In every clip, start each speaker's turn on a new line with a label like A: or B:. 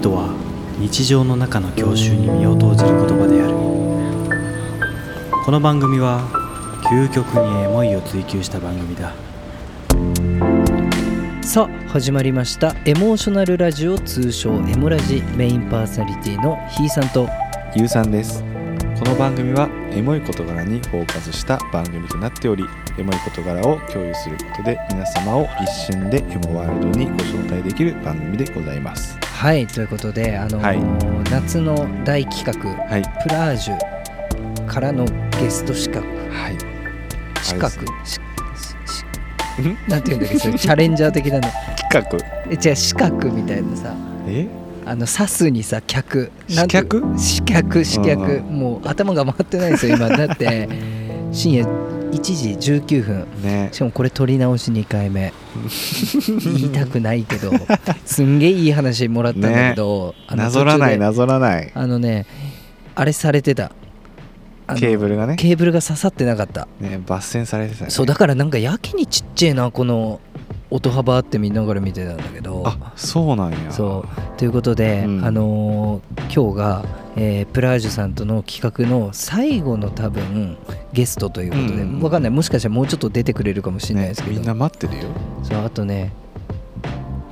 A: とは日常の中の郷愁に身を投じる言葉であるこの番組は究極にエモいを追求した番組だ
B: さあ始まりましたエモーショナルラジオ通称エモラジメインパーソナリティのひーさんと
C: ゆうさんですこの番組はエモい事柄にフォーカスした番組となっておりエモい事柄を共有することで皆様を一瞬でエモワールドにご招待できる番組でございます
B: はいということであの、
C: はい
B: 夏の大企画
C: はい
B: プラージュからのゲスト資格
C: はい
B: 資格
C: あれ
B: しし
C: ん
B: なんていうんだっけそれチャレンジャー的なの
C: 企画
B: え違う資格みたいなさ
C: え
B: あの刺すにさ客
C: 刺客
B: なんて刺客刺
C: う
B: 客
C: ん
B: もう頭が回ってないですよ今だって 深夜1時19分
C: ね
B: しかもこれ撮り直し2回 目言いたくないけどすんげえいい話もらったんだけど、あの
C: なぞらな
B: 途
C: い
B: 中で
C: なぞらない
B: あのねあれされてたあの
C: ケーブルがね
B: ケーブルが刺さってなかった
C: ね抜線されてたね
B: そうだからなんかやけにちっちゃいなこの音幅って見ながら見てたんだけど
C: あそうなんや
B: そうということで、
C: うん
B: あのー今日が、えープラージュさんとの企画の最後の多分ゲストということで、
C: うんうんうん
B: わかんないもしかしたらもうちょっと出てくれるかもしれない
C: ね
B: ですけど、
C: みんな待ってるよ
B: そうあとね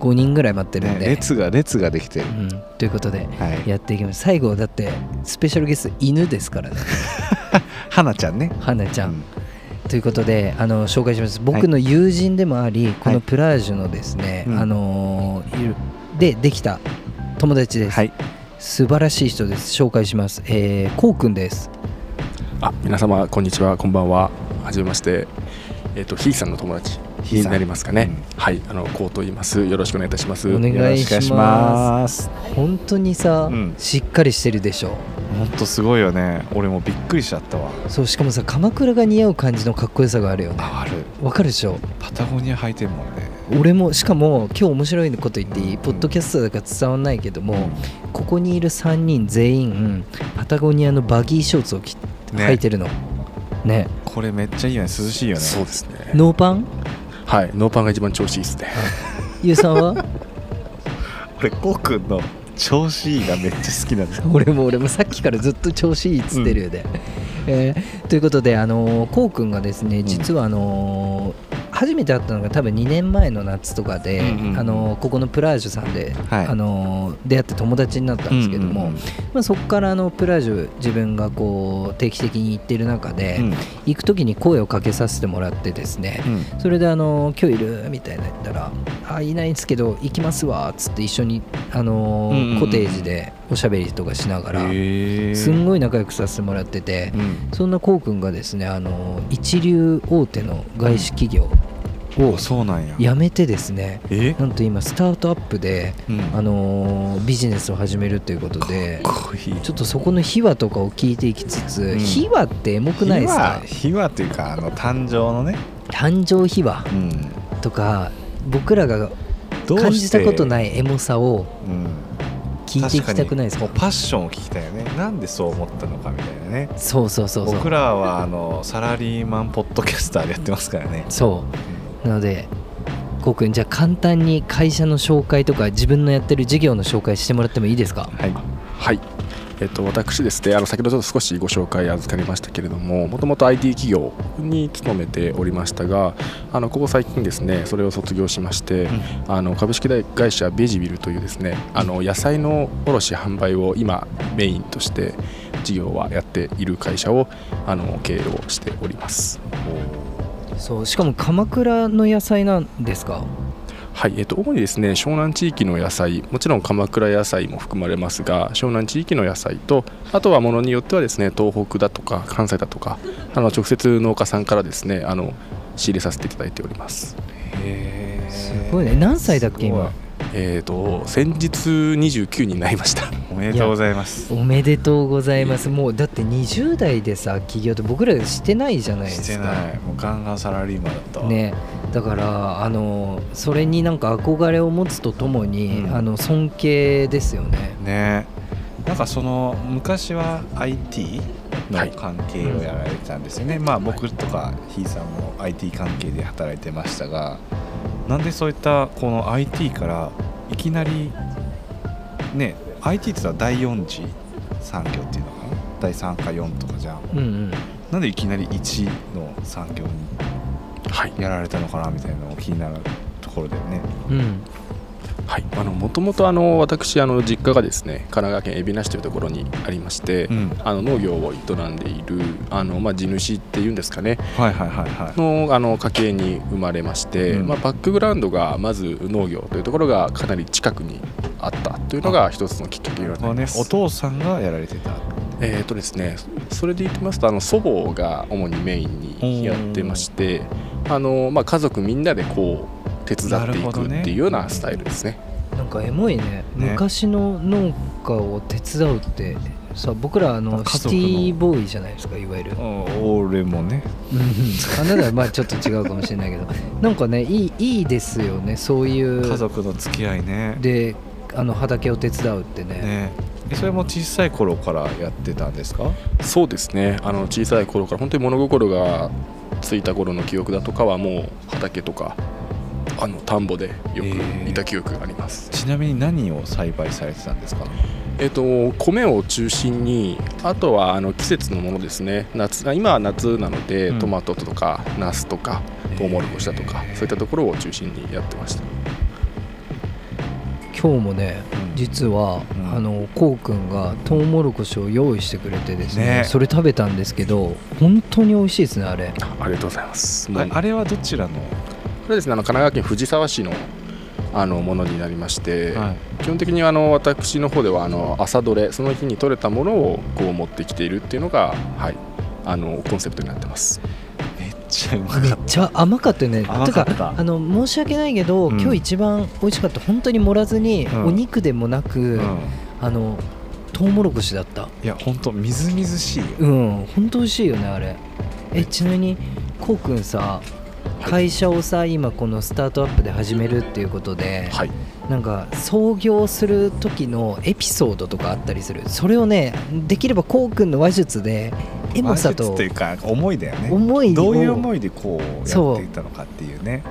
B: 5人ぐらい待ってるん
C: ね
B: で、
C: 列が列ができてる
B: うん、ということで
C: はい
B: やっていきます最後だってスペシャルゲスト犬ですから ね
C: 花ちゃんね
B: 花ちゃん、
C: うん
B: ということであの紹介します僕の友人でもあり、このプラージュのですね、
C: うん
B: あのーいるでできた友達です、
C: はい
B: 素晴らしい人です紹介しますえー、こうくんです
D: あ皆様こんにちはこんばんははじめましてえっ、とひいさんの友達
C: ひい
D: に
C: さん
D: なりますかね、はいあのこうと言いますよろしくお願いいたします
B: お願い
C: よろしくお願いします
B: 本当にさ、
C: うん
B: しっかりしてるでしょ
C: ほんとすごいよね俺もびっくりしちゃったわ
B: そうしかもさ鎌倉が似合う感じのかっこよさがあるよね
C: ある
B: わかるでしょ
C: パタゴニア履いてるもんね
B: 俺もしかも今日面白いこと言っていい、
C: うん
B: ポッドキャストだから伝わんないけども、ここにいる3人全員パタゴニアのバギーショーツを着
C: ね
B: 履いてるのね
C: これめっちゃいいよね涼しいよね
D: そうですね
B: ノーパン
D: はいノーパンが一番調子いいですね
B: ゆうさんは
C: 俺こうくんの調子いいがめっちゃ好きなんだ
B: 俺も俺もさっきからずっと調子いいっつってるよね、えーということであのーこうくんがですね実はあのー初めて会ったのが多分2年前の夏とかで、
C: うんうんうん
B: あのーここのプラージュさんで、
C: はい
B: あのー出会って友達になったんですけども、
C: うんうん
B: まあ、そこからあのプラージュ自分がこう定期的に行ってる中で、
C: うん
B: 行く時に声をかけさせてもらってですねそれであの「今日いる?」みたいな言ったら「あいないんですけど行きますわ」っつって一緒にあの
C: うんうんうん
B: コテージでおしゃべりとかしながら
C: へえ
B: すんごい仲良くさせてもらってて
C: うん
B: そんなこうくんがですねあの一流大手の外資企業を
C: おそうなんや
B: 辞めてですね
C: え
B: なんと今スタートアップで
C: うん
B: あのビジネスを始めるということで。
C: かっこいい
B: ちょっとそこの秘話とかを聞いていきつつ、
C: うん
B: 秘話ってエモくないですか
C: ひわっていうかあの誕生のね
B: 誕生秘話
C: うん
B: とか僕らが
C: どうして
B: 感じたことないエモさを
C: うん
B: 聞いていきたくないですか
C: 確にもうパッションを聞きたいよねなんでそう思ったのかみたいなね
B: そうそうそうそ
C: 僕
B: う
C: らはあのサラリーマンポッドキャスターでやってますからね
B: そうなのでこうくんじゃあ簡単に会社の紹介とか自分のやってる事業の紹介してもらってもいいですか
C: はい
D: はいえっと私ですねあの先ほどちょっと少しご紹介預かりましたけれどももともと IT 企業に勤めておりましたがあのここ最近ですねそれを卒業しまして、あの株式会社ベジビルというですねあの野菜の卸販売を今メインとして事業はやっている会社をあの経営をしております。
B: そうしかも鎌倉の野菜なんですか
D: はいえっと、主にですね湘南地域の野菜もちろん鎌倉野菜も含まれますが湘南地域の野菜とあとはものによってはですね東北だとか関西だとかあの直接農家さんからですねあの仕入れさせていただいております。
C: へえ
B: すごいね何歳だっけ今
D: えっと先日29になりました。
C: おめでとうございます
B: おめでとうございますもうだって20代でさ起業って僕らしてないじゃないで
C: し
B: す
C: て
B: か
C: ないもうガンガンサラリーマンだったわ
B: ね、だからあのそれになんか憧れを持つとともに、
C: うん
B: あの尊敬ですよね。
C: ねなんかその昔は IT
D: は
C: の
D: い
C: 関係をやられてたんですよね、まあ僕とかひいさんも IT 関係で働いてましたがなんでそういったこの IT からいきなりね IT って言ったら第4次産業っていうのかな第3か4とかじゃん
B: うんうん
C: なんでいきなり1の産業に
D: はい
C: やられたのかなみたいなのも気になるところだよね
B: うん
D: はい、あのもともとあの私あの実家がですね神奈川県海老名市というところにありまして、
C: ん
D: あの農業を営んでいるあの、まあ、地主っていうんですかね
C: はいはいはいはい
D: のあの家系に生まれまして、
C: うん
D: まあ、バックグラウンドがまず農業というところがかなり近くにあったというのが一つのきっかけになり
C: まあ
D: ま
C: ね
D: す。
C: お父さんがやられてた
D: えーとですね、それで言ってますとあの祖母が主にメインにやってましてあの、まあ、家族みんなでこう手伝ってい
C: なるほど
D: く
C: ね
D: っていうようなスタイルですね。
B: なんかエモいね
C: ね
B: 昔の農家を手伝うってさ僕らあの
C: 家
B: シ
C: 族の
B: ティボーイじゃないですかいわゆる
C: 俺もね
B: あなたはまあちょっと違うかもしれないけど なんかねいいいいですよねそういう
C: 家族の付き合いね
B: であの畑を手伝うってね
C: ねえそれも小さい頃からやってたんですか
D: そうですねあの小さい頃から本当に物心がついた頃の記憶だとかはもう畑とかあの田んぼでよくいた記憶があります。
C: ちなみに何を栽培されてたんですか
D: えっと、米を中心にあとはあの季節のものですね夏あ今は夏なので、
C: うん
D: トマトとかナスとかトウモロコシだとか、
C: えー
D: そういったところを中心にやってました
B: 今日もね
C: うん
B: 実は、
C: うん
B: あのこうくんがトウモロコシを用意してくれてですね
C: ね
B: それ食べたんですけど本当に美味しいですねあれ
D: あありがとうございますもう
C: ああれはどちらの
D: これですねあの神奈川県藤沢市のあのものになりまして、
C: はい
D: 基本的にあの私の方ではあの朝どれその日に採れたものをこう持ってきているっていうのが、はい、あのコンセプトになってます
C: めっちゃうまかっ
B: めったちゃ甘かったよね
C: 甘かった
B: てかあの申し訳ないけど、
C: うん
B: 今日一番美味しかった本当に盛らずに、
C: うん
B: お肉でもなく、
C: うん
B: あのトウモロコシだった
C: いやほんとみずみずしいよ
B: うん本当美味しいよねあれえちなみにこうくんさ会社をさ今このスタートアップで始めるっていうことで、
D: はい
B: なんか創業する時のエピソードとかあったりするそれをねできればこうくんの話術でエモさ
C: 話術
B: と
C: というか思いだよね
B: 思いを
C: どういう思いでこうや
B: そう
C: っていったのかっていうね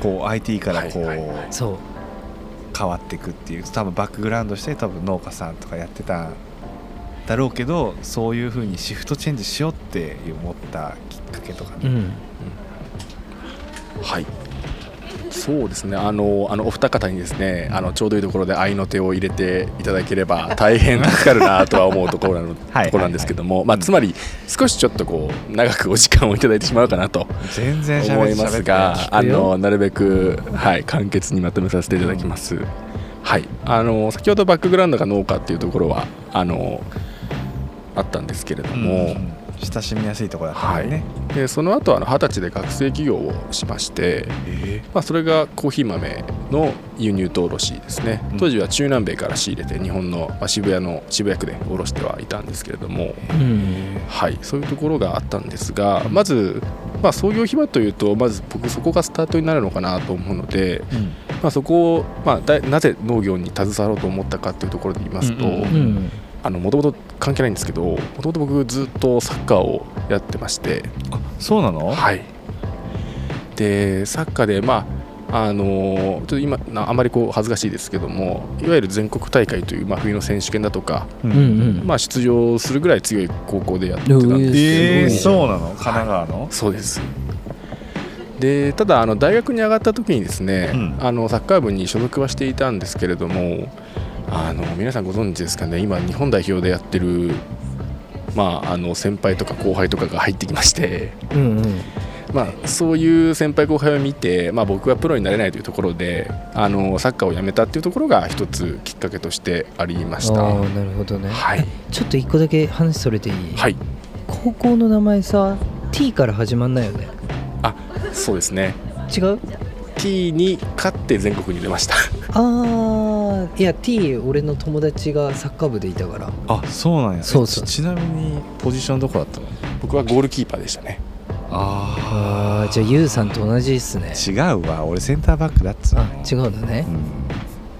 C: こう IT からこう
D: はいはいはい
B: そう
C: 変わっていくっていう多分バックグラウンドして多分農家さんとかやってたんだろうけどそういうふうにシフトチェンジしようって思ったきっかけとか
B: う
C: ね、
B: ん
D: はい。そうですね。あのあのお二方にですね、あのちょうどいいところで愛の手を入れていただけれ ば大変助かるなとは思うところなの
C: はい
D: ところなんですけども、ま
C: う
D: あ
C: ん
D: つまり少しちょっとこう長くお時間をいただいてしまうかなと
C: 全然しゃ
D: 思
C: べ
D: い
C: っちゃ
D: ま
C: べ
D: す
C: って
D: が、あ
B: くよ
D: のなるべくはい簡潔にまとめさせていただきます。はい。あの先ほどバックグラウンドが農家っていうところはあのあったんですけれども。
C: もう親しみやすいところだったよね、
D: でその後あの二十歳で学生起業をしまして、まあ、それがコーヒー豆の輸入と卸ですね
C: うん
D: 当時は中南米から仕入れて日本の、まあ、渋谷の渋谷区で卸してはいたんですけれども、
B: うん
D: はい、そういうところがあったんですがまず、まあ、創業秘話というとまず僕そこがスタートになるのかなと思うので、まあ、そこを、まあ、だいなぜ農業に携わろうと思ったかというところで言いますと。
C: うんうんうん
B: うん
D: もともと関係ないんですけどもともと僕ずっとサッカーをやってまして
C: あそうなの、
D: はい、でサッカーで、まああのーちょっと今なあまりこう恥ずかしいですけどもいわゆる全国大会という、まあ、冬の選手権だとか、
C: うん
B: うんうん
D: まあ、出場するぐらい強い高校でやってたん
B: う
D: です
B: え
C: え
D: けど、
C: ー、
B: すご
C: そうなの神奈川の、
D: そうですでただあの大学に上がった時にですね、
C: うん
D: あのサッカー部に所属はしていたんですけれどもあの皆さんご存知ですかね今日本代表でやってる、まあ、あの先輩とか後輩とかが入ってきまして。
B: うんうん
D: まあ、そういう先輩後輩を見て、まあ、僕はプロになれないというところであのサッカーをやめたっていうところが一つきっかけとしてありました。
B: ああ
D: は
B: なるほどね
D: い、
B: ちょっと一個だけ話それていい、
D: はい、
B: 高校の名前さ T から始まんないよね
D: あそうですね
B: 違う
D: T に勝って全国に出ました
B: あーいや T 俺の友達がサッカー部でいたから
C: あそうなんや
B: そうそう
C: えちちなみにポジションどこだったの
D: 僕はゴールキーパーでしたね
C: あ
B: あーじゃあ YOU さんと同じっすね
C: 違うわ俺センターバックだっつうの
B: あ違うんだね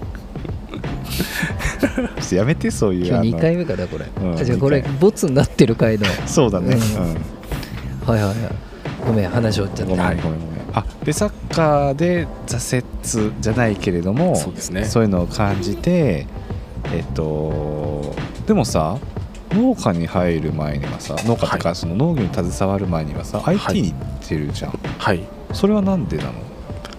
C: うん ちょっとやめてそういう
B: 今
C: あの
B: 日2回目かなこれ、
C: うん
B: あじゃあこれ
C: 二回
B: ボツになってる回の
C: そうだね、
B: うん
C: うん
B: はいはいはいごめん話をっちゃっ
C: ごめん
B: た
C: ごめんごめんあでサッカーで挫折じゃないけれども
D: そうですね
C: そういうのを感じてえっとでもさ農家に入る前にはさ農家とかその農業に携わる前にはさ、
D: い
C: IT に行ってるじゃん
D: はい
C: それはなんでなの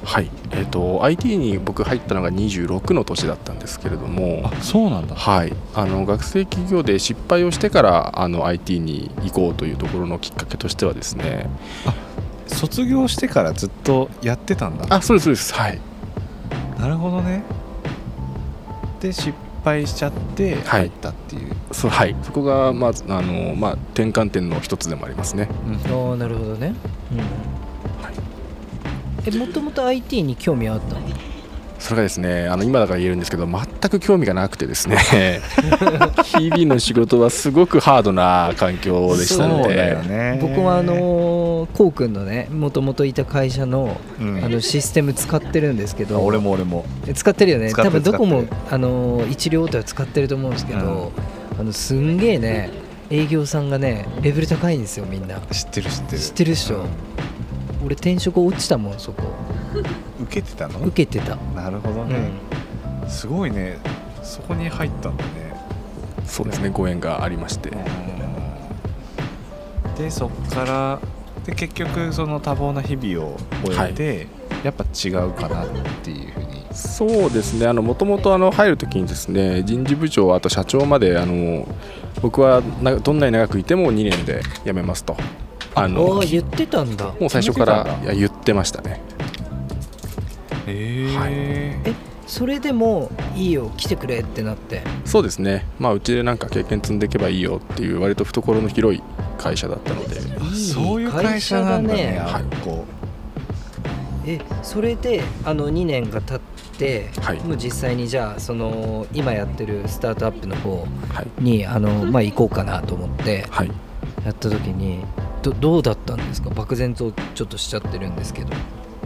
D: はいえー、と IT に僕入ったのが26の年だったんですけれども
C: そうなんだ
D: はい、あの学生企業で失敗をしてからあの IT に行こうというところのきっかけとしてはですね
C: 卒業してからずっとやってたんだ
D: あそうですそうですはい
C: なるほどねで失敗しちゃって
D: はい
C: 入ったっていう、
D: そうはいそこが、まああのまあ、転換点の一つでもありますね
B: ああなるほどね、うん
D: い
B: えもともと IT に興味はあったの
D: それがですねあの今だから言えるんですけど全く興味がなくてですね 日々の仕事はすごくハードな環境でしたの
C: そうだ
D: で
C: よね
B: 僕はあのー、こうくんのねもともといた会社の
C: うん
B: あのシステム使ってるんですけど
C: 俺も俺も
B: 使ってるよね
C: 使っ
B: 多
C: てる
B: 分どこも
C: 使
B: あのー一両とは使ってると思うんですけど、あのすんげえね営業さんがねレベル高いんですよみんな
C: 知ってる知ってる
B: 知ってるっしょ、俺転職落ちたもんそこ
C: 受けてたの
B: 受けてた、
C: なるほど
B: うん
C: ね、すごいねそこに入ったんだね
D: そうですねご縁がありまして
C: でそこからで結局その多忙な日々を終えて、やっぱ違うかなっていうふうに
D: そうですねもともと入るときにですね人事部長あと社長まであの僕はなどんなに長くいても2年で辞めますとあの
B: あ
D: も
B: あ言ってたんだ
D: う最初
C: 決
D: か
C: めてた
D: ら
C: んだ
D: いや言ってましたね
C: へ
D: ー
B: えそれでもいいよ来てくれってなって
D: そうですねまあうちでなんか経験積んでいけばいいよっていう割と懐の広い会社だったので
C: そういう会社なんだね
B: 会社
C: あ
D: だ
C: っ
D: ね
C: こ
B: えそれであの2年が経って、
D: はい
B: もう実際にじゃあその今やってるスタートアップの方
D: はい
B: にあの、まあ、行こうかなと思って
D: はい
B: やった時にどどうだったんですか漠然とちょっとしちゃってるんですけど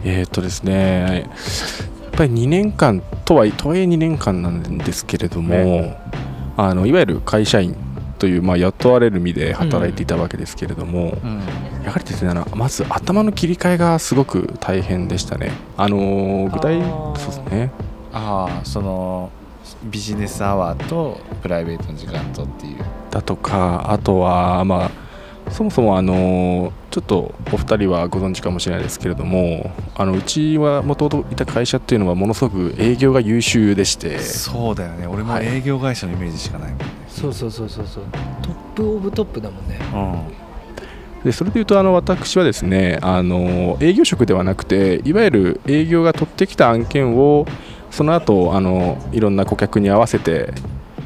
D: えー、とですね、やっぱり2年間とはいとはいえ2年間なんですけれども、
C: ね
D: あのいわゆる会社員という、まあ、雇われる身で働いていたわけですけれども、
C: う、うん、
D: やはりですねあのまず頭の切り替えがすごく大変でしたね。あのー具体
B: あー
D: そうですね
C: ああそのビジネスアワーとプライベートの時間とっていう
D: だとかあとはまあそもそもあのちょっとお二人はご存知かもしれないですけれどもあのうちはもともといた会社っていうのはものすごく営業が優秀でして
C: そうだよね俺も
D: はい
C: 営業会社のイメージしかないもんね、
B: そうそうそうそうそうトップオブトップだもんね
D: でそれでいうとあの私はですねあの営業職ではなくていわゆる営業が取ってきた案件をその後あのいろんな顧客に合わせて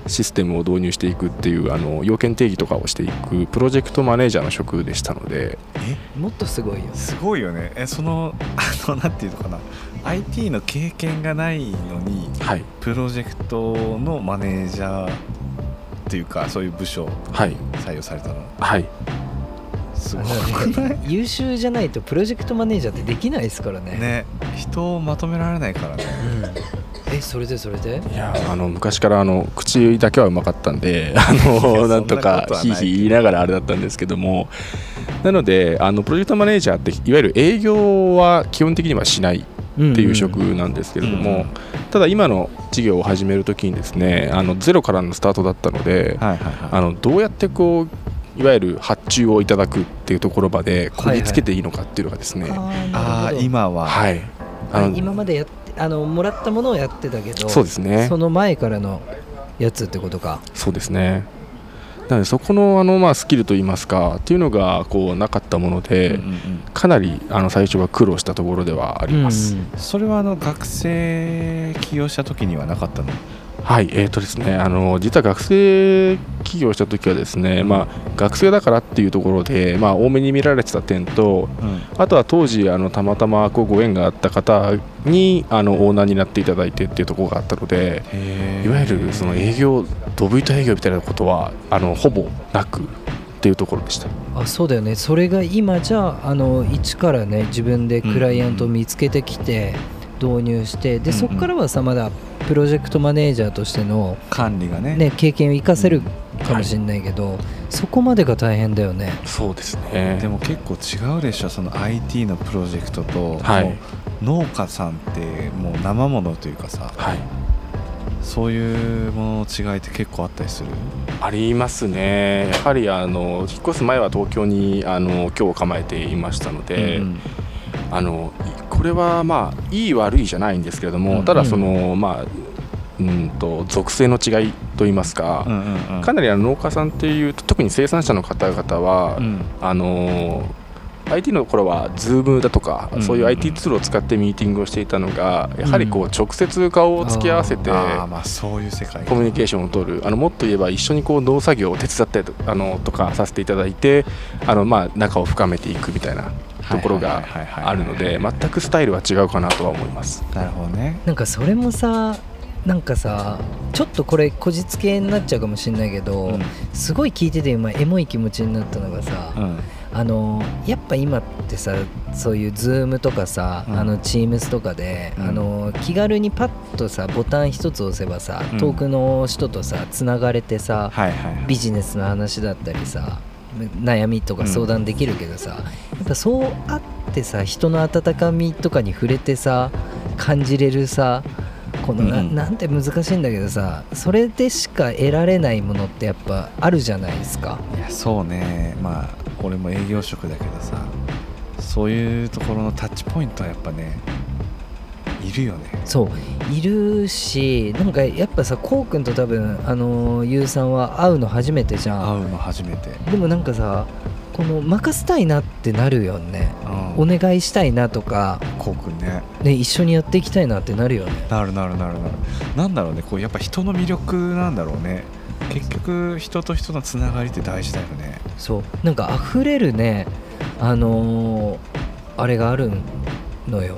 D: システムを導入していくっていうあの要件定義とかをしていくプロジェクトマネージャーの職でしたので
B: もっとすごいよ
C: うん、すごいよねえその あのなんていうのかな IT の経験がないのに
D: はい
C: プロジェクトのマネージャーっていうかそういう部署
D: はい
C: 採用されたの
D: はい
C: すご
B: あ
C: く
B: の
C: な
B: ね優秀じゃないとプロジェクトマネージャーってできないですからね
C: いね人をまとめられないからね
B: うん、えそれでそれで
D: いやあの昔からあの口だけはうまかったんであ
C: いや
D: のなんとか
C: そんなことはない
D: ひいひい言いながらあれだったんですけどもなのであのプロジェクトマネージャーっていわゆる営業は基本的にはしない
B: っ
D: っていう職なんですけれども、
C: うんうん
D: ただ今の事業を始めるときにですねあのゼロからのスタートだったので、
C: はいはいはい
D: あのどうやってこういわゆる発注をいただくっていうところまでこぎつけていいのかっていうのがですね、はい、
C: ああ
B: あーなるほど
C: 今は、
D: はいあの
B: 今までやってあのもらったものをやってたけど
D: そうですね
B: その前からのやつってことか
D: そうですねなのでそこのあの、まあ、スキルといいますかっていうのがこうなかったもので、
C: うんうん
D: かなりあの最初は苦労したところではあります、
C: うん、それはあの学生起業した時にはなかったの
D: はい、えーとですね、あの実は学生起業した時はですね、まあ、学生だからっていうところで、まあ、多めに見られてた点と
C: うん
D: あとは当時あのたまたまこうご縁があった方にあのオーナーになっていただいてっていうところがあったのでいわゆるその営業ドブ板営業みたいなことはあのほぼなくっていうところでした。
B: あそうだよねそれが今じゃああの一からね自分でクライアントを見つけてきて導入して、で
C: うんうん
B: そこからはさまだプロジェクトマネージャーとしての、
C: 管理がね
B: ね、経験を生かせるかもしれないけど、そこまでが大変だよね
D: そうですね
C: でも結構違うでしょその IT のプロジェクトと、
D: はい
C: もう農家さんってもう生ものというかさ
D: はい
C: そういうものの違いって結構あったりする
D: ありますねやはりあの引っ越す前は東京にあの今日構えていましたので、
C: うん
D: あのこれはまあいい悪いじゃないんですけれども、
C: うん
D: ただその、まあうんと属性の違いといいますか、
C: うんうんうん
D: かなりあの農家さんっていうと特に生産者の方々は、
C: うん
D: あのー IT の頃は Zoom だとか、
C: うん
D: そういう IT ツールを使ってミーティングをしていたのがやはりこう直接顔を突き合わせて、
C: ああまあそういう世界
D: コミュニケ
C: ー
D: ーションを取るあのもっと言えば一緒にこう農作業を手伝ったりとあのとかさせていただいてあの、まあ、仲を深めていくみたいなところがあるので全くスタイルは違うかなとは思います。
C: なるほどね
B: なんかそれもさなんかさちょっとこれこじつけになっちゃうかもしれないけど、
C: うん
B: すごい聞いてて今エモい気持ちになったのがさ、
C: うん
B: あのやっぱ今ってさそういう Zoom とかさ、
C: うん
B: あの Teams とかで、
C: うん
B: あの気軽にパッとさボタン一つ押せばさ、
C: うん
B: 遠くの人とさつながれてさ、
C: はいはいはい
B: ビジネスの話だったりさ悩みとか相談できるけどさ、やっぱそうあってさ人の温かみとかに触れてさ感じれるさこのな,、
C: うん
B: ん、なんて難しいんだけどさそれでしか得られないものってやっぱあるじゃないですか。
C: いやそうねまあ俺も営業職だけどさそういうところのタッチポイントはやっぱねいるよね
B: そういるしなんかやっぱさこうくんと多分あのーゆうさんは会うの初めてじゃん
C: 会うの初めて、
B: でもなんかさこの任せたいなってなるよねお願いしたいなとか、
C: こうくんね
B: ね、一緒にやっていきたいなってなるよね
C: なるなるなるなるなんだろうねこうやっぱ人の魅力なんだろうね結局人と人のつながりって大事だよね
B: そうなんか溢れるねあのーあれがあるのよ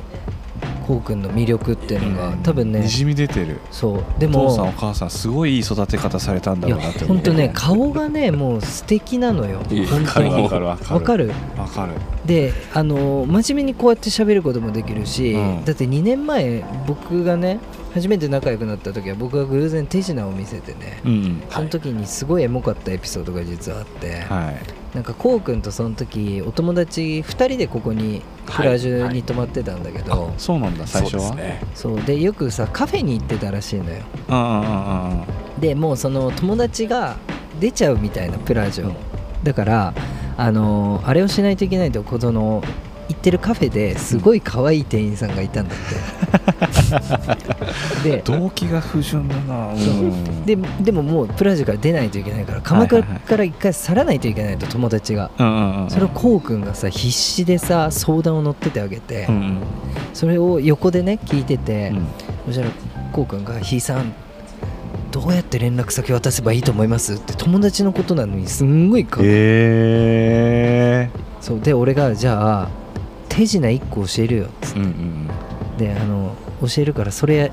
B: こうくんの魅力っていうのが、多分ね
C: にじみ出てる
B: そうで
C: お
B: も
C: 父さんお母さんすごいいい育て方されたんだ
B: いや
C: ろうなって思う
B: 本当ね顔がねもう素敵なのよ
D: いや
B: 本当に
C: わかるわかる
B: わかる
C: わかる
B: であの真面目にこうやって喋ることもできるし、
C: うん
B: だって2年前僕がね初めて仲良くなった時は僕が偶然手品を見せてね、
C: うん
B: その時にすごいエモかったエピソードが実はあって、
C: はい
B: なんかこうくんとその時お友達2人でここに
D: はい
B: フラージュに泊まってたんだけど、
C: あそうなんだ最初は
D: そうですね
B: そうでよくさカフェに行ってたらしいのよ
C: うんうんうんうん
B: でもうその友達が出ちゃうみたいなプラージュをだからあのーあれをしないといけないとこその行ってるカフェですごい可愛い店員さんがいたんだってで
C: 動機が不純だなうん
B: ででももうプラージュから出ないといけないから鎌倉
C: はいはいはい
B: から一回去らないといけないと友達が
C: うんうんうん
B: それをこうくんがさ必死でさ相談を乗っててあげて
C: うんうん
B: それを横でね聞いてて、
C: うん
B: そしたらこうくんが「ひいさんどうやって連絡先渡せばいいと思います?」って友達のことなのにすんごいか、
C: え
B: そうで俺が「じゃあ手品1個教えるよ」っつっ
C: ーうんうん
B: てあの教えるからそれ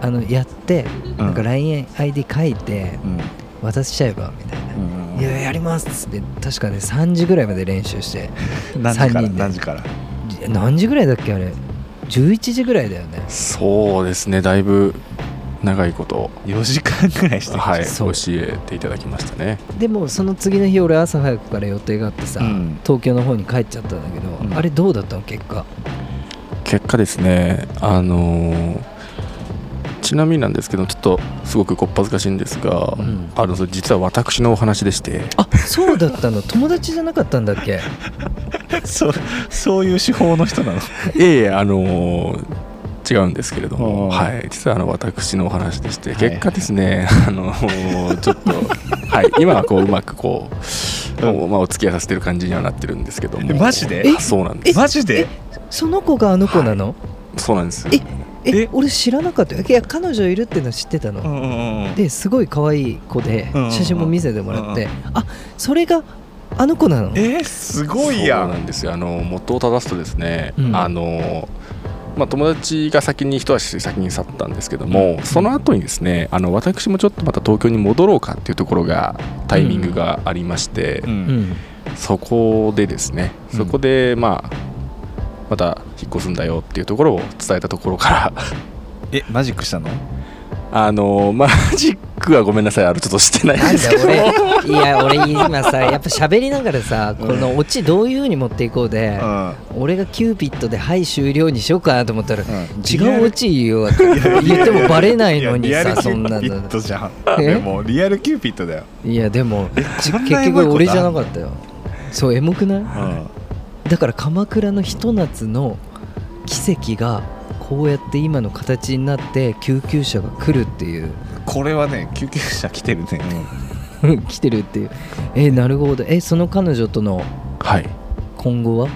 B: あのやって、
C: うん
B: なんか LINEID 書いて
C: うん
B: 渡しちゃえばみたいな。
C: うんうん
B: いややりますっつって確かね3時ぐらいまで練習して
C: 何時から
B: 三人で
C: 何時から
B: じ何時ぐらいだっけあれ11時ぐらいだよね
D: そうですねだいぶ長いこと、
C: 4時間ぐらいして
D: はい、
B: そ
D: 教
B: う
D: えていただきましたね。
B: でもその次の日俺朝早くから予定があってさ、
C: うん
B: 東京の方に帰っちゃったんだけど、
C: うん
B: あれどうだったの結果
D: 結果ですねあのーちなみになんですけどちょっとすごくこっぱずかしいんですが、
B: ん
D: あのそれ実は私のお話でして
B: あそうだったの友達じゃなかったんだ っけ
C: そうそういう手法の人なの
D: いえいえあのー違うんですけれども、
C: おー
D: はい、実はあの私のお話でして、
C: はい
D: 結果ですね、 あのーちょっ と、はい、今はこううまくこう、
C: うん
D: おまあ、お付き合いさせてる感じにはなってるんですけども
C: えマジで
D: あそうなんです
C: マジで
B: その子があの子なの、
D: そうなんです
B: え
C: え
B: 俺知らなかったよいや彼女いるってのは知ってたの、
C: うんうんうん
B: ですごい可愛い子で
C: うんうんうん
B: 写真も見せてもらって、
C: うん
B: あそれがあの子なの
C: えーすごいや
D: そうんなんですよあの元を正すとですね、
B: うん
D: あのまあ、友達が先に一足先に去ったんですけども、その後にですねあの私もちょっとまた東京に戻ろうかっていうところがタイミングがありまして、
C: うん
B: うん
D: そこでですね
C: うん
D: そこでまあまた引っ越すんだよっていうとこ ろを伝えたところから
C: えマジックしたの
D: あのマジックはごめんなさいあのちょっとしてない
B: なん
D: ですけど
B: だ俺いや俺今さやっぱ喋りながらさこのオチどういう風に持っていこうで、俺がキューピッドで「はい終了」にしようかなと思ったら、違うオチ言うわって言ってもバレないのに
C: いやリア
B: さ
C: ルキ
B: そん
C: ュ
B: な
C: ーピッ
B: の
C: ドじゃん
B: え
C: でもリアルキューピッドだよ、
B: いやでもち
C: こんな
B: 結
C: エモ
B: 局
C: いこと
B: 俺じゃなかったよそうエモくない
C: うん
B: だから鎌倉のひと夏の奇跡がこうやって今の形になって救急車が来るっていう
C: これはね救急車来てるね、
B: 来てるっていうえなるほどえその彼女との
D: はい
B: 今後は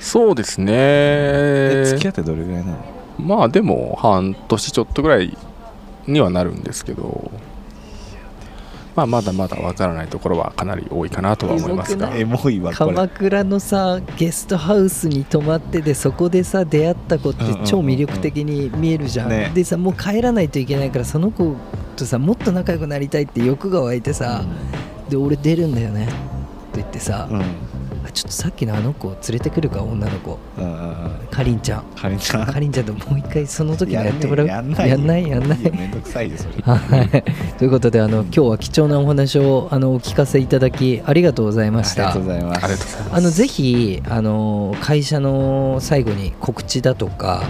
D: そうです
C: え
D: ね
C: 付き合ってどれぐらいなの
D: まあでも半年ちょっとぐらいにはなるんですけどまあまだまだわからないところはかなり多いかなとは思いますが
B: え
C: エモいわこれ
B: 鎌倉のさゲストハウスに泊まってでそこでさ出会った子って
C: うんうんうんうん
B: 超魅力的に見えるじゃん,、
C: ね
B: でさもう帰らないといけないからその子とさもっと仲良くなりたいって欲が湧いてさ、で俺出るんだよねって言ってさ、
C: うんうん
B: あちょっとさっきのあの子を連れてくるか女の子
C: うんうん
B: かりんちゃん
C: かりんちゃん
B: かりんちゃんともう一回その時のやってもらう
C: やんない
B: やんないやんない
C: いやめんどくさいよそれ
B: はいということであの今日は貴重なお話をあのお聞かせいただきありがとうございました
C: ありがとうございま
D: あ
C: す
D: りがとうございます
B: あのぜひあの会社の最後に告知だとか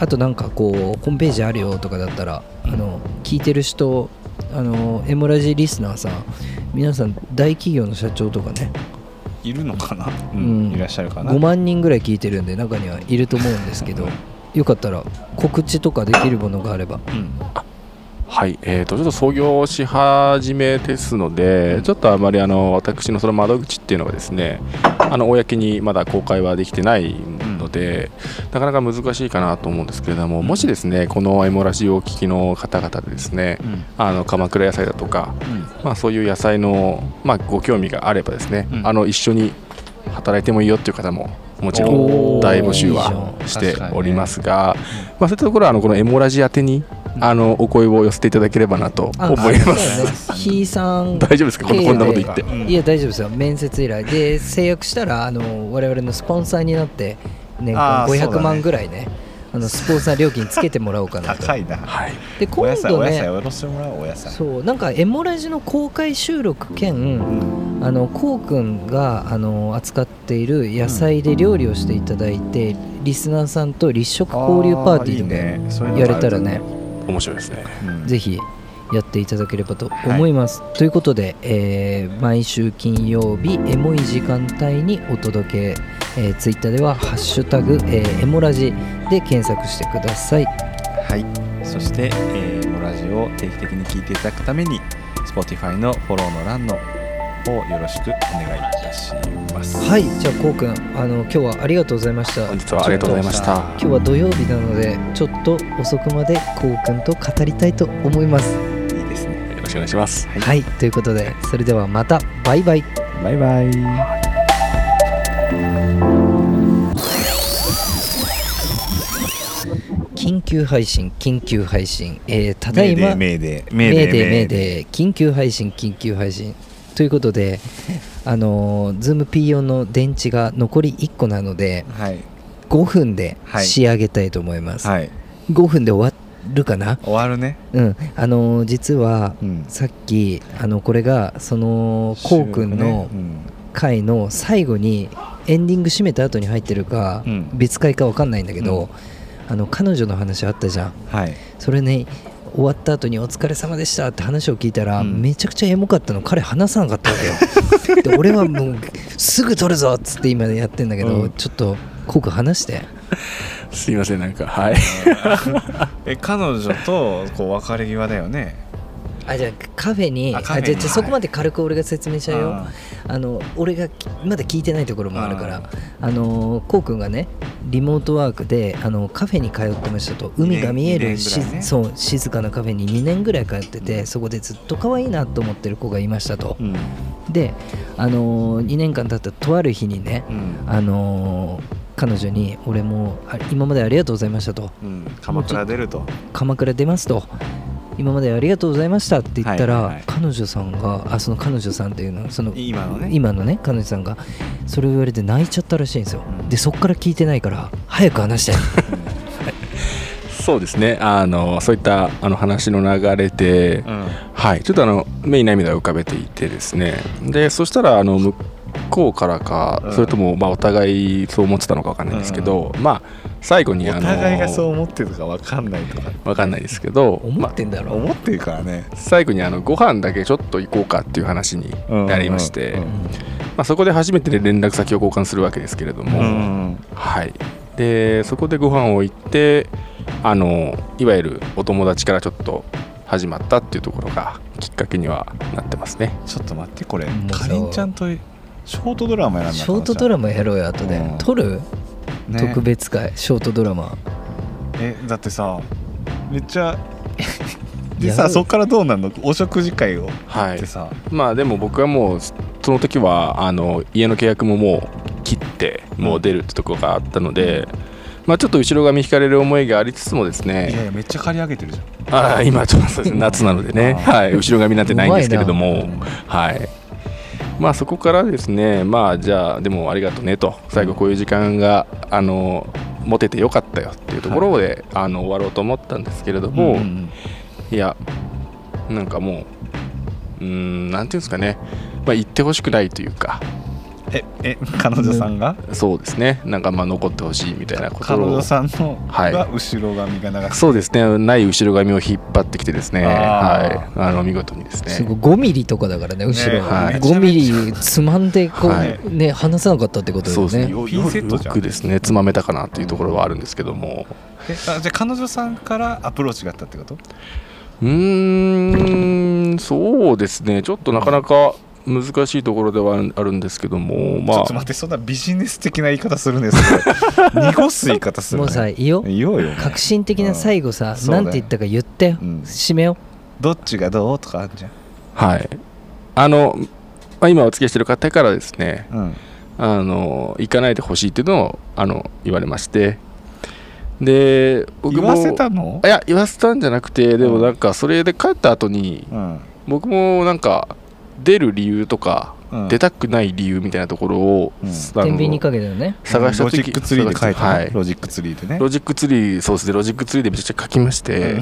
B: あとなんかこうホームページあるよとかだったらあの聞いてる人あのエモラジリスナーさん皆さん大企業の社長とかね
C: いるのかな、うんん、いらっしゃるかな
B: 5万人ぐらい聞いてるんで中にはいると思うんですけどよかったら告知とかできるものがあれば
C: うん
D: はい、えー、とちょっと創業し始めですので、ちょっとあまりあの私のその窓口っていうのがですね、あの公にまだ公開はできてないので、なかなか難しいかなと思うんですけれども、もしですね、このエモラジオをお聞きの方々でですね、
C: うん
D: あの鎌倉野菜だとか、まあ、そういう野菜の、まあ、ご興味があればですね、
C: うん
D: あの一緒に働いてもいいよっていう方ももちろ
B: お
D: ん
B: ー
D: 大募集
B: いい
D: は
B: じゃん
D: しておりますが、まあ、そういったところはあのこのエモラジ宛てに、あのお声を寄せていただければなと
B: あ
D: 思います。
B: そうだねひいさん
D: 大丈夫ですかこんなこんなこと言って。
C: うん
B: いや大丈夫ですよ面接以来で制約したらあの我々のスポンサーになって年間
C: あーそう
B: 500
C: だね
B: 万ぐらいねあのスポンサー料金つけてもらおうかなと
C: 高いな
D: はい、
B: で
C: お
B: 今
C: 野菜
B: 度
C: お野菜
B: ね
C: おろしてもらおうお野菜
B: そうなんかエモラジの公開収録
C: う
B: 兼
C: ん
B: あのこうくんがあの扱っている野菜で料理をしていただいてリスナーさんと立食交流パーティーとか
C: あいいねそういうのもあ
B: や
C: る
B: れたらね
D: 面白いですね。
C: うん
B: ぜひやっていただければと思います。ということで、えー毎週金曜日エモい時間帯にお届け、えツイッター Twitter では「ハッシュタグ、えーエモラジ」で検索してください。
C: はい、そして、えー、モラジオを定期的に聞いていただくために Spotify のフォローの欄の方をよろしくお願いいたします。
B: はい、じゃあこうくんあの今日はありがとうございました。
D: 本日はありがとうございました。
B: 今日は土曜日なのでちょっと遅くまでこうくんと語りたいと思います。
C: いいですね。
D: よろしくお願いします。
B: はい、ということでそれではまたバイバイ。
C: バイバイ。
B: 緊急配信緊急配信、えーただいま。
C: メーデー
B: メ
C: メ
B: ー
C: ー
B: デ
C: デ
B: ー
C: ー
B: メーデー緊急配信緊急配信ということであのー ZoomP4 の電池が残り1個なので
C: はい
B: 5分で
C: はい
B: 仕上げたいと思います、
C: はい
B: 5分で終わるかな
C: 終わるね。
B: うんあのー実は
C: うん。
B: さっきあのこれがそのこうくんの回の最後にエンディング締めた後に入ってるか
C: うん
B: 別回か分かんないんだけど、あの彼女の話あったじゃん
C: はい。
B: それね終わった後に「お疲れ様でした」って話を聞いたら、
C: うん
B: めちゃくちゃエモかったの彼話さなかったわけ よで俺はもうすぐ撮るぞっつって今やってんだけど、
D: うん
B: ちょっと濃く話して
D: すいません、なんか、はい。
C: え彼女とこう別れ際だよね。
B: あじゃあカフェに
C: あ
B: あ
C: カフェに
B: じゃあじゃあ
C: はい
B: そこまで軽く俺が説明しちゃうよ、
C: あ
B: あの俺がきまだ聞いてないところもあるからあのーこうくんがねリモートワークであのカフェに通ってましたと海が見え
C: 二
B: る
C: 年
B: し、
C: 二年ぐらいね
B: そう静かなカフェに2年ぐらい通っててそこでずっと可愛いなと思ってる子がいましたと、
C: うん
B: で、あのー2年間経ったとある日にね、
C: うん
B: あのー彼女に俺もあ今までありがとうございましたと
C: うん鎌倉出ると。
B: 鎌倉出ますと今までありがとうございましたって言ったら、
C: はいはいはい
B: 彼女さんがあその彼女さんっていうのはその
C: 今のね。
B: 今のね彼女さんがそれを言われて泣いちゃったらしいんですよ、
C: うん
B: でそっから聞いてないから早く話して
D: そうですね。あの、そういった、あの話の流れで。
C: うん。
D: はい、ちょっとあの目に涙を浮かべていてですねでそしたらあの向こうからか、
C: うん
D: それともまあお互いそう思ってたのかわかんないですけど、まあ最後にあ
C: お
D: の
C: 互いがそう思ってるか分かんないとか
D: わかんないですけど、
B: 思ってんだろう、
C: 思ってるからね
D: 最後にあのご飯だけちょっと行こうかっていう話になりまして、
C: うん
D: まあ、そこで初めて連絡先を交換するわけですけれども、
C: うん
D: はい、でそこでご飯を行ってあのいわゆるお友達からちょっと始まったっていうところがきっかけにはなってますね。
C: ちょっと待ってこれ
B: もうさ
C: かりんちゃんとショートドラマやらない
B: ショートドラマやろうよ後で、
C: うん
B: 撮る、
C: マ
B: 特別会ショートドラマ
C: えだってさめっち ゃで
B: や
C: さ
B: る
C: そっからどうなんのお食事会を
D: は
C: っ
D: い
C: て、さ、
D: まあでも僕はもうその時はあの家の契約ももう切ってもう出るってとこがあったので、まあ、ちょっと後ろ髪引かれる思いがありつつもです
C: い、や
D: ね
C: いやめっちゃ刈り上げてるじゃ
D: ああ今ちょっと そうですね夏なのでね、
C: あ
D: はい、後ろ髪なんてないんですけれど
C: ん、
D: も。はいまあそこからですねまあじゃあでもありがとうねと最後こういう時間があの持ててよかったよっていうところで、あの終わろうと思ったんですけれど
C: ん
D: も、
C: ん
D: いやなんかもううーんなんていうんですかねまあ言ってほしくないというか
C: ええ彼女さんが、
D: そうですねなんかまあ残ってほしいみたいなこと
C: 彼
D: を
C: 女さんの
D: はい
C: が後ろ髪が長く
D: そうですねない後ろ髪を引っ張ってきてですねは
C: あ
D: いあの見事にです
B: す
D: ね
B: ごい5ミリとかだからね後ろ、
C: ね
D: はい
B: 5ミリつまんでこう、
D: はい
B: ね離さなかったってことだ
D: そう
B: よ
D: ですね
B: ね
D: よ
C: ピンセット
D: よ
C: じゃん
D: くですねつまめたかなっていうところはあるんですけども
C: えあじゃあ彼女さんからアプローチがあったってこと
D: うーんそうですねちょっとなかなか難しいところではあるんですけども
C: ちょ
D: ま
C: っと
D: あ
C: 待ってそんなビジネス的な言い方するんですけ ど濁す言い方する、
B: も
C: ね、
B: うさいいよ
C: 言おうよ、ね、
B: 革新的な最後さ、
C: うん
B: なんて言ったか言ってよ、
C: うん
B: 締めよ
C: どっちがどうとかあるじゃん、
D: はいあの、まあ、今お付き合いしてる方からですね
C: うん、
D: あの行かないでほしいっていうのをあの言われましてで僕
C: 言
D: も
C: わせたの
D: いや言わせたんじゃなくてでも
C: うん
D: なんかそれで帰った後に
C: うん
D: 僕もなんか出る理由とか、
C: うん
D: 出たくない理由みたいなところを、
C: うん
D: あの
B: 天秤にかけたよね
D: 探した
C: ロジ
D: 時
C: ックツリーで書いたの、
D: はい
C: ロジックツリーでね
D: ロジックツリーそうですねロジックツリーでめちゃくちゃ書きまして、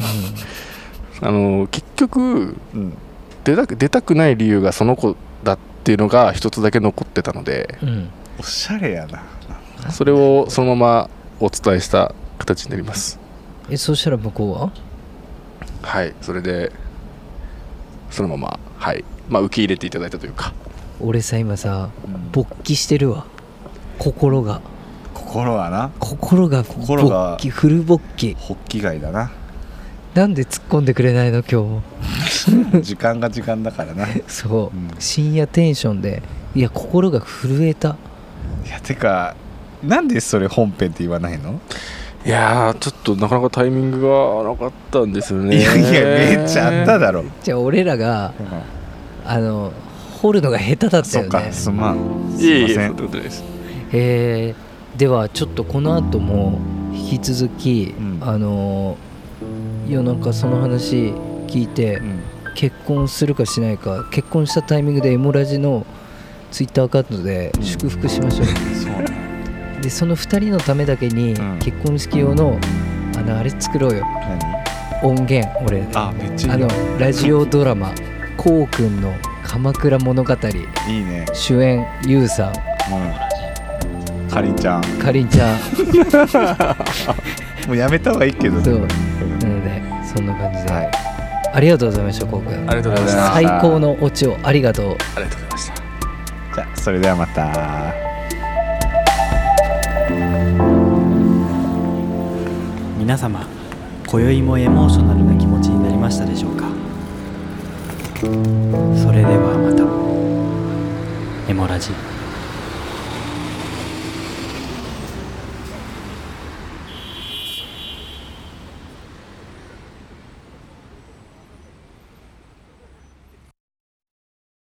D: あの結局
C: うん
D: 出たく出たくない理由がその子だっていうのが一つだけ残ってたので
B: うん
C: おしゃれやな
D: それをそのままお伝えした形になります
B: えそしたら向こうは
D: はいそれでそのままはいまあ受け入れていただいたというか
B: 俺さ今さ
C: うん
B: 勃起してるわ心が
C: 心はな
B: 心が
C: 心が
B: 勃起フル勃起
C: 発起外だ な
B: なんで突っ込んでくれないの今日も
C: 時間が時間だからな
B: そう、
C: うん
B: 深夜テンションでいや心が震えた
C: いやてかなんでそれ本編って言わないの、
D: いやーちょっとなかなかタイミングがなかったんですよね
C: いやいやめっちゃあっただろ、
B: じゃあ俺らが
C: うん
B: あの掘るのが下手だった
C: そ
B: よ
C: っか
B: ね
C: すまん
D: い
C: す
D: え
C: いま
D: いえ
C: せ
D: そん
C: ん
D: なことないです
B: えーではちょっとこの後も引き続き、
C: うん
B: あのいやなんかその話聞いて、
C: うん
B: 結婚するかしないか結婚したタイミングでエモラジのツイッターアカウントで祝福しましょう、
C: そうね
B: でその2人のためだけに
C: うん
B: 結婚式用のあのあれ作ろうよ
C: 何
B: 音源俺あ
C: あめっちゃいい
B: の
C: よ
B: ラジオドラマ「こうくんの鎌倉物語」
C: いいね
B: 主演ゆうさん
C: うんかりんちゃん
B: かりんち ゃん
C: もうやめた方がいいけどね
B: そう
C: うん
B: なのでそんな感じで、
C: はい
B: ありがとうございましたこうくん
D: ありがとうございました
B: 最高のオチをありがとう
D: ありがとうございました
C: じゃあそれではまた
A: 皆様今宵もエモーショナルな気持ちになりましたでしょうかそれではまたエモラジ